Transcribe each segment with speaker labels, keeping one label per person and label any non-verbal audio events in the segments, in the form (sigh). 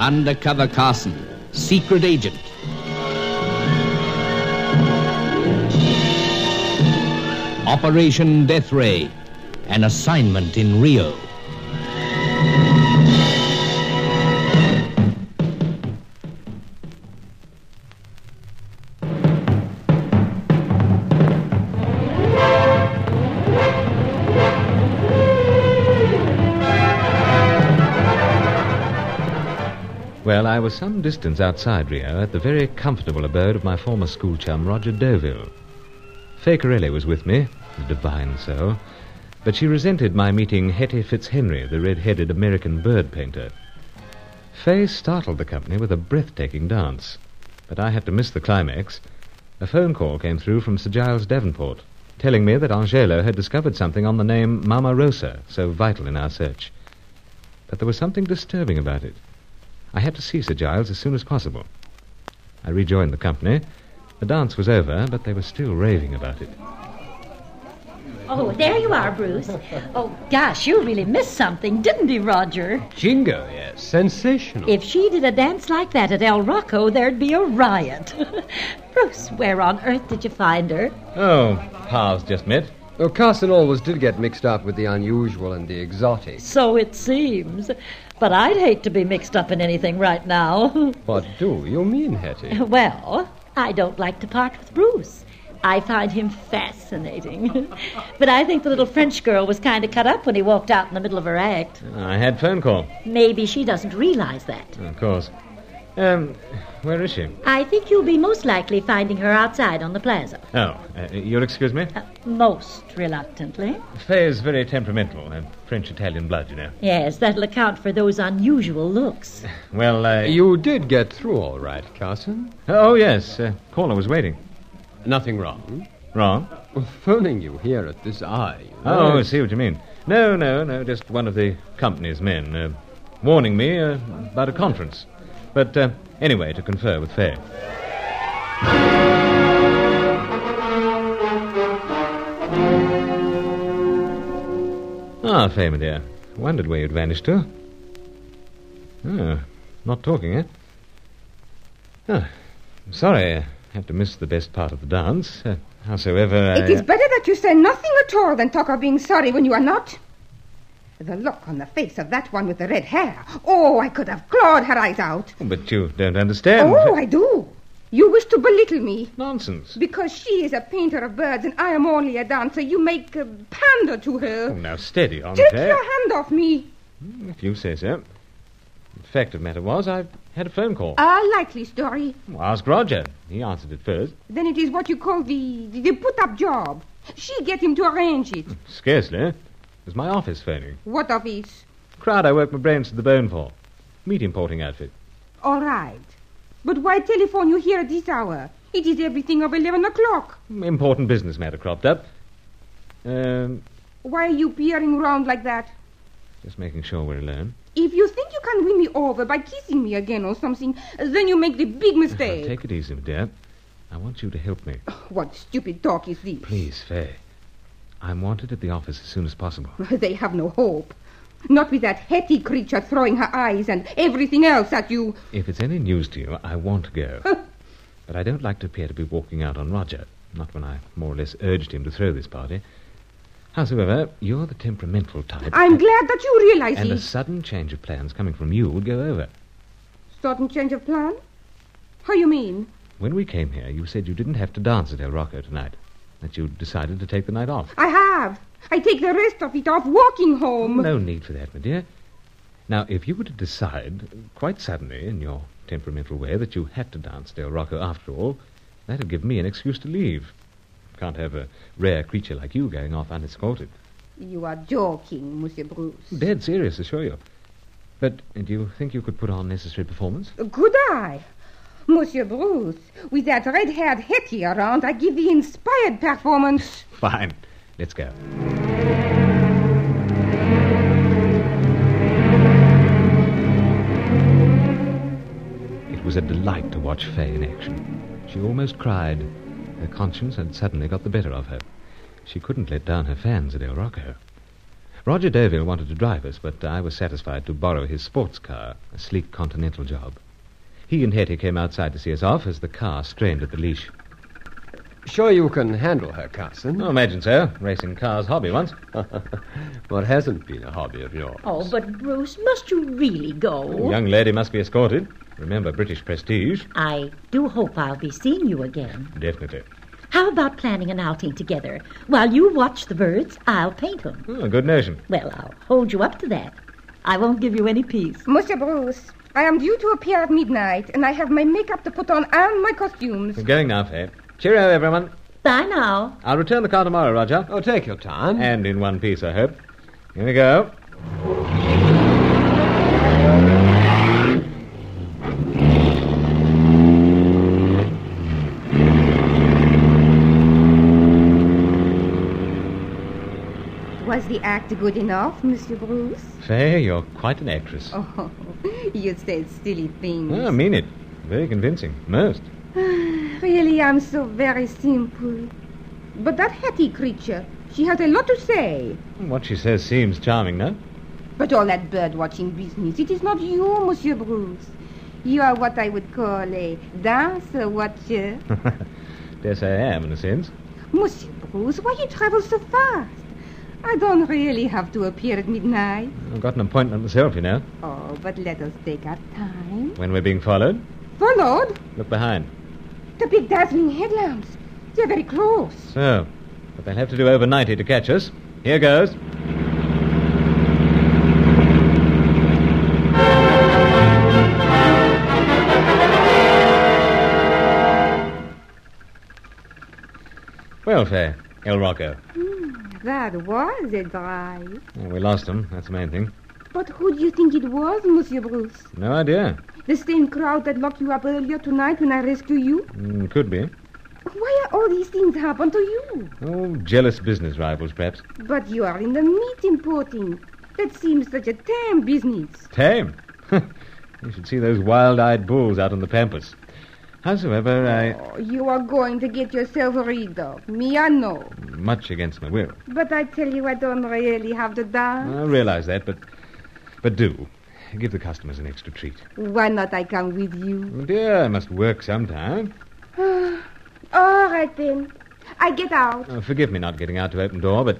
Speaker 1: Undercover Carson, secret agent. Operation Death Ray, an assignment in Rio.
Speaker 2: Well, I was some distance outside Rio at the very comfortable abode of my former school chum, Roger Deauville. Fakerelli was with me, the divine soul, but she resented my meeting Hetty Fitzhenry, the red-headed American bird painter. Fay startled the company with a breathtaking dance, but I had to miss the climax. A phone call came through from Sir Giles Davenport, telling me that Angelo had discovered something on the name Mama Rosa, so vital in our search. But there was something disturbing about it. I had to see Sir Giles as soon as possible. I rejoined the company. The dance was over, but they were still raving about it.
Speaker 3: Oh, there you are, Bruce. Oh, gosh, you really missed something, didn't he, Roger?
Speaker 4: Jingo, yes. Sensational.
Speaker 3: If she did a dance like that at El Rocco, there'd be a riot. (laughs) Bruce, where on earth did you find her?
Speaker 2: Oh, paths just met.
Speaker 4: Though Carson always did get mixed up with the unusual and the exotic.
Speaker 3: So it seems. But I'd hate to be mixed up in anything right now. (laughs)
Speaker 4: What do you mean, Hetty?
Speaker 3: well, I don't like to part with Bruce. I find him fascinating. (laughs) but I think the little French girl was kind of cut up when he walked out in the middle of her act.
Speaker 2: I had phone call,
Speaker 3: Maybe she doesn't realize that.
Speaker 2: of course. Um, where is she?
Speaker 3: I think you'll be most likely finding her outside on the plaza.
Speaker 2: Oh, uh, you'll excuse me.
Speaker 3: Most reluctantly.
Speaker 2: Fay is very temperamental. Uh, French-Italian blood, you know.
Speaker 3: Yes, that'll account for those unusual (laughs) looks.
Speaker 2: Well, uh,
Speaker 4: You did get through all right, Carson.
Speaker 2: Oh yes, uh, caller was waiting.
Speaker 4: Nothing wrong.
Speaker 2: Wrong.
Speaker 4: Well, phoning you here at this hour. You
Speaker 2: Oh,
Speaker 4: know.
Speaker 2: I see what you mean. No, no, no. Just one of the company's men uh, warning me uh, about a conference. But uh, anyway, to confer with Fay. Ah, Fay, my dear. Wondered where you'd vanished to. Oh, not talking, eh? Oh, I'm sorry. I had to miss the best part of the dance. Uh, howsoever, I...
Speaker 5: It is better that you say nothing at all than talk of being sorry when you are not. The look on the face of that one with the red hair. Oh, I could have clawed her eyes out.
Speaker 2: But you don't understand.
Speaker 5: Oh, I do. You wish to belittle me.
Speaker 2: Nonsense.
Speaker 5: Because she is a painter of birds and I am only a dancer. You make a pander to
Speaker 2: Oh,
Speaker 5: her.
Speaker 2: now, steady on,
Speaker 5: Take
Speaker 2: Claire.
Speaker 5: your hand off me.
Speaker 2: If you say so. The fact of the matter was, I had a phone call.
Speaker 5: A likely story.
Speaker 2: Well, ask Roger. He answered it first.
Speaker 5: Then it is what you call the, the put-up job. She get him to arrange it.
Speaker 2: Scarcely. It was my office phoning.
Speaker 5: What of it?
Speaker 2: Crowd I worked my brains to the bone for. Meat importing outfit.
Speaker 5: All right. But why telephone you here at this hour? It is everything of 11 o'clock.
Speaker 2: Important business matter cropped up. Um,
Speaker 5: Why are you peering round like that?
Speaker 2: just making sure we're alone.
Speaker 5: If you think you can win me over by kissing me again or something, then you make the big
Speaker 2: Now,
Speaker 5: mistake.
Speaker 2: take it easy, my dear. I want you to help me.
Speaker 5: What stupid talk is this?
Speaker 2: Please, Fay. I'm wanted at the office as soon as possible.
Speaker 5: (laughs) They have no hope. Not with that Hetty creature throwing her eyes and everything else at you.
Speaker 2: If it's any news to you, I want to go. but I don't like to appear to be walking out on Roger. Not when I more or less urged him to throw this party. Howsoever, you're the temperamental type.
Speaker 5: I'm glad that you realize
Speaker 2: And a
Speaker 5: this.
Speaker 2: sudden change of plans coming from you would go over.
Speaker 5: Sudden change of plan? How you mean?
Speaker 2: When we came here, you said you didn't have to dance at El Rocco tonight. That you decided to take the night off.
Speaker 5: I have. I take the rest of it off walking home.
Speaker 2: No need for that, my dear. Now, if you were to decide, quite suddenly, in your temperamental way, that you had to dance Del Rocco after all, that'd give me an excuse to leave. Can't have a rare creature like you going off unescorted.
Speaker 5: You are joking, Monsieur Bruce.
Speaker 2: Dead serious, assure you. But do you think you could put on necessary performance?
Speaker 5: Could I? Monsieur Bruce, with that red haired Hetty around, I give the inspired performance.
Speaker 2: (laughs) Fine. Let's go. It was a delight to watch Fay in action. She almost cried. Her conscience had suddenly got the better of her. She couldn't let down her fans at El Rocco. Roger Deauville wanted to drive us, but I was satisfied to borrow his sports car, a sleek Continental job. He and Hetty came outside to see us off as the car strained at the leash.
Speaker 4: Sure you can handle her, Carson.
Speaker 2: Oh, imagine so. Racing cars hobby once.
Speaker 4: What hasn't been a hobby of yours?
Speaker 3: Oh, but Bruce, must you really go?
Speaker 2: Young lady must be escorted. Remember British prestige?
Speaker 3: I do hope I'll be seeing you again.
Speaker 2: Definitely.
Speaker 3: How about planning an outing together? While you watch the birds, I'll paint them.
Speaker 2: Oh, good notion.
Speaker 3: Well, I'll hold you up to that. I won't give you any peace.
Speaker 5: Monsieur Bruce, I am due to appear at midnight, and I have my makeup to put on and my costumes.
Speaker 2: We're going now, Fay. Cheerio, everyone.
Speaker 3: Bye now.
Speaker 2: I'll return the car tomorrow, Roger.
Speaker 4: Oh, take your time.
Speaker 6: Uh,
Speaker 2: And in one piece, I hope. Here we go.
Speaker 5: Was the act good enough, Monsieur Bruce?
Speaker 2: Fay, you're quite an actress.
Speaker 5: Oh, (laughs) you say silly things.
Speaker 2: Oh, I mean it. Very convincing. Most.
Speaker 5: Really, I'm so very simple. But that Hetty creature, she has a lot to say.
Speaker 2: What she says seems charming, no? (laughs)
Speaker 5: But all that bird watching business, it is not you, Monsieur Bruce. You are what I would call a dancer watcher.
Speaker 2: Yes, I am, in a sense.
Speaker 5: Monsieur Bruce, why you travel so fast? I don't really have to appear at midnight.
Speaker 2: I've got an appointment myself, you know.
Speaker 5: Oh, but let us take our time.
Speaker 2: When we're being followed,
Speaker 5: Followed?
Speaker 2: look behind.
Speaker 5: The big dazzling headlamps. They're very close.
Speaker 2: So, but they'll have to do over 90 to catch us. Here goes. Well, Fair, El Rocco.
Speaker 5: That was a drive.
Speaker 2: Oh, we lost them. That's the main thing.
Speaker 5: But who do you think it was, Monsieur Bruce?
Speaker 2: No idea.
Speaker 5: The same crowd that locked you up earlier tonight when I rescued you?
Speaker 2: Mm, could be.
Speaker 5: Why are all these things happen to you?
Speaker 2: Oh, jealous business rivals, perhaps.
Speaker 5: But you are in the meat importing. That seems such a tame business.
Speaker 2: Tame. (laughs) you should see those wild-eyed bulls out on the pampas. Howsoever, I
Speaker 5: Oh, you are going to get yourself rid of me, I know.
Speaker 2: much against my will.
Speaker 5: But I tell you, I don't really have to dance.
Speaker 2: I realize that, but but do give the customers an extra treat.
Speaker 5: Why not I come with you?
Speaker 2: Oh, dear, I must work sometime.
Speaker 5: All right, then. I get out.
Speaker 2: Oh, forgive me not getting out to open door, but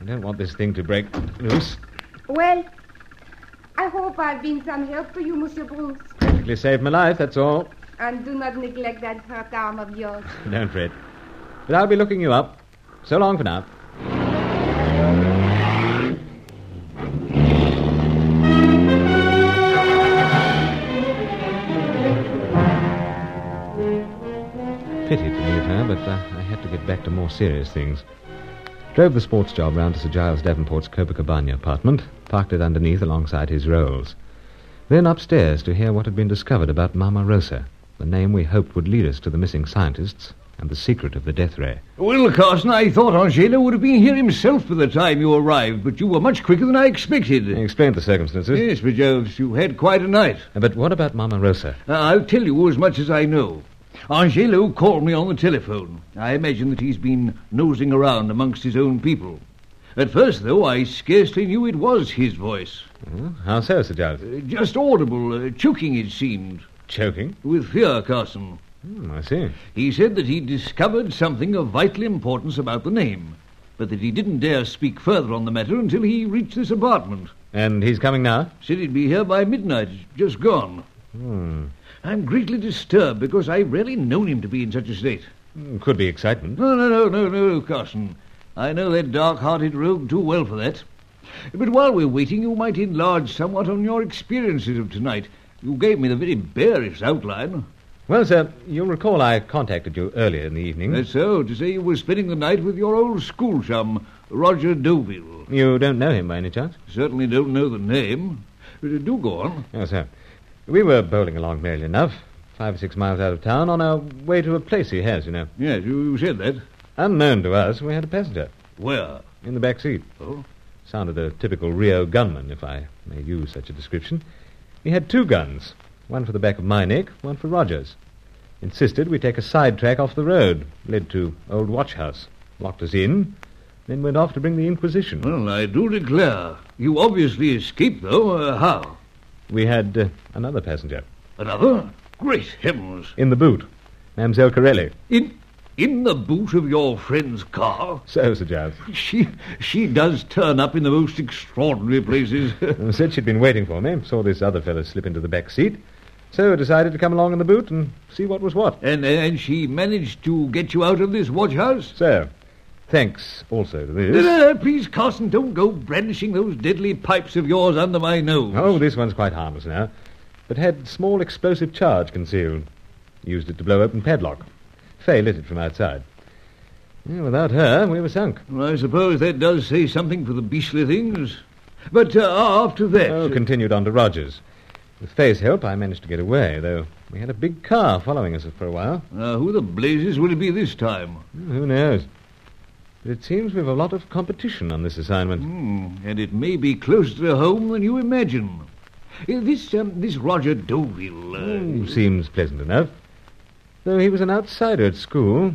Speaker 2: I don't want this thing to break loose.
Speaker 5: Well, I hope I've been some help to you, Monsieur Bruce.
Speaker 2: Practically saved my life. That's all.
Speaker 5: And do not neglect that hurt arm of yours.
Speaker 2: Don't fret. But I'll be looking you up. So long for now. Pity to leave her, but uh, I had to get back to more serious things. Drove the sports job round to Sir Giles Davenport's Copacabana apartment, parked it underneath alongside his rolls. Then upstairs to hear what had been discovered about Mama Rosa, the name we hoped would lead us to the missing scientists and the secret of the death ray.
Speaker 6: Well, Carson, I thought Angelo would have been here himself by the time you arrived, but you were much quicker than I
Speaker 2: He
Speaker 6: expected.
Speaker 2: explained the circumstances.
Speaker 6: Yes, but Joves, you had quite a night.
Speaker 2: But what about Mama Rosa?
Speaker 6: Uh, I'll tell you as much as I know. Angelo called me on the telephone. I imagine that he's been nosing around amongst his own people. At first, though, I scarcely knew it was his voice.
Speaker 2: Oh, How so, Sir Giles?
Speaker 6: Uh, Just audible, uh, choking, it seemed,
Speaker 2: Choking?
Speaker 6: with fear, Carson.
Speaker 2: Hmm, I see.
Speaker 6: He said that he discovered something of vital importance about the name, but that he didn't dare speak further on the matter until he reached this apartment.
Speaker 2: And he's coming now?
Speaker 6: Said he'd be here by midnight, just gone. I'm greatly disturbed because I've rarely known him to be in such a state.
Speaker 2: Hmm, Could be excitement.
Speaker 6: No, no, no, no, no, Carson. I know that dark-hearted rogue too well for that. But while we're waiting, you might enlarge somewhat on your experiences of tonight. You gave me the very barest outline.
Speaker 2: Well, sir, you'll recall I contacted you earlier in the evening.
Speaker 6: That's so, to say you were spending the night with your old school chum, Roger Deauville.
Speaker 2: You don't know him by any chance?
Speaker 6: Certainly don't know the name. But uh, do go on.
Speaker 2: No, Oh, sir. We were bowling along merrily enough, five or six miles out of town, on our way to a place he has, you know.
Speaker 6: Yes, you, you said that.
Speaker 2: Unknown to us, we had a passenger
Speaker 6: Where?
Speaker 2: in the back seat.
Speaker 6: Oh.
Speaker 2: Sounded a typical Rio gunman, if I may use such a description. He had two guns, one for the back of my neck, one for Roger's. Insisted we take a side track off the road, led to old watch house, locked us in, then went off to bring the Inquisition.
Speaker 6: Well, I do declare. You obviously escaped, though. Uh, how?
Speaker 2: We had uh, another passenger
Speaker 6: Another? Great heavens.
Speaker 2: in the boot, Mademoiselle Corelli.
Speaker 6: In, in the boot of your friend's car?
Speaker 2: So, Sir Giles. (laughs)
Speaker 6: She, she does turn up in the most extraordinary places. (laughs)
Speaker 2: Uh, Said she'd been waiting for me, saw this other fellow slip into the back seat, so decided to come along in the boot and see what was what.
Speaker 6: and, and she managed to get you out of this watch house?
Speaker 2: So, thanks also to
Speaker 6: No,
Speaker 2: this.
Speaker 6: no, no, Uh, please, Carson, don't go brandishing those deadly pipes of yours under my nose.
Speaker 2: Oh, this one's quite harmless now, but had small explosive charge concealed. Used it to blow open padlock. Fay lit it from outside. Yeah, without her, we were sunk.
Speaker 6: Well, I suppose that does say something for the beastly things. But uh, after that...
Speaker 2: Oh, continued on to Rogers. With Fay's help, I managed to get away, though we had a big car following us for a while. Oh,
Speaker 6: Uh, who the blazes will it be this time?
Speaker 2: Who knows? But it seems we've a lot of competition on this assignment.
Speaker 6: Hmm, and it may be closer to home than you imagine. Uh, This um, this Roger Deauville. Uh,
Speaker 2: Who Hmm, seems pleasant enough. Though he was an outsider at school,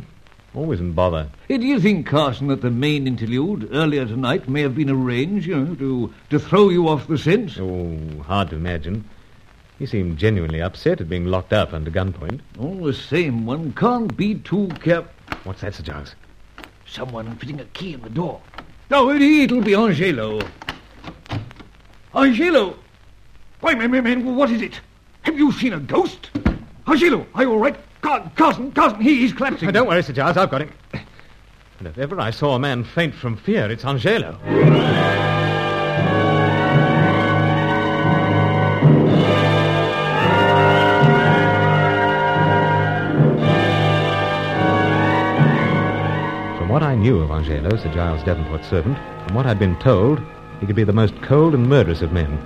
Speaker 2: always in bother.
Speaker 6: uh, Do you think, Carson, that the main interlude earlier tonight may have been arranged, you know, to, to throw you off the scent?
Speaker 2: Oh, hard to imagine. He seemed genuinely upset at being locked up under gunpoint.
Speaker 6: All the same, one can't be too cap.
Speaker 2: What's that, Sir Giles?
Speaker 6: Someone fitting a key in the door. No, it, it'll be Angelo. Angelo! Why, man, man, man, what is it? Have you seen a ghost? Angelo, are you all right? Car- Carson, Carson, he, he's collapsing.
Speaker 2: (laughs) worry, Sir Giles, I've got him. And if ever I saw a man faint from fear, it's Angelo. From what I knew of Angelo, Sir Giles Davenport's servant, from what I'd been told, he could be the most cold and murderous of men.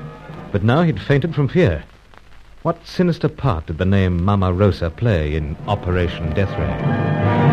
Speaker 2: But now he'd fainted from fear. What sinister part did the name Mama Rosa play in Operation Death Ray?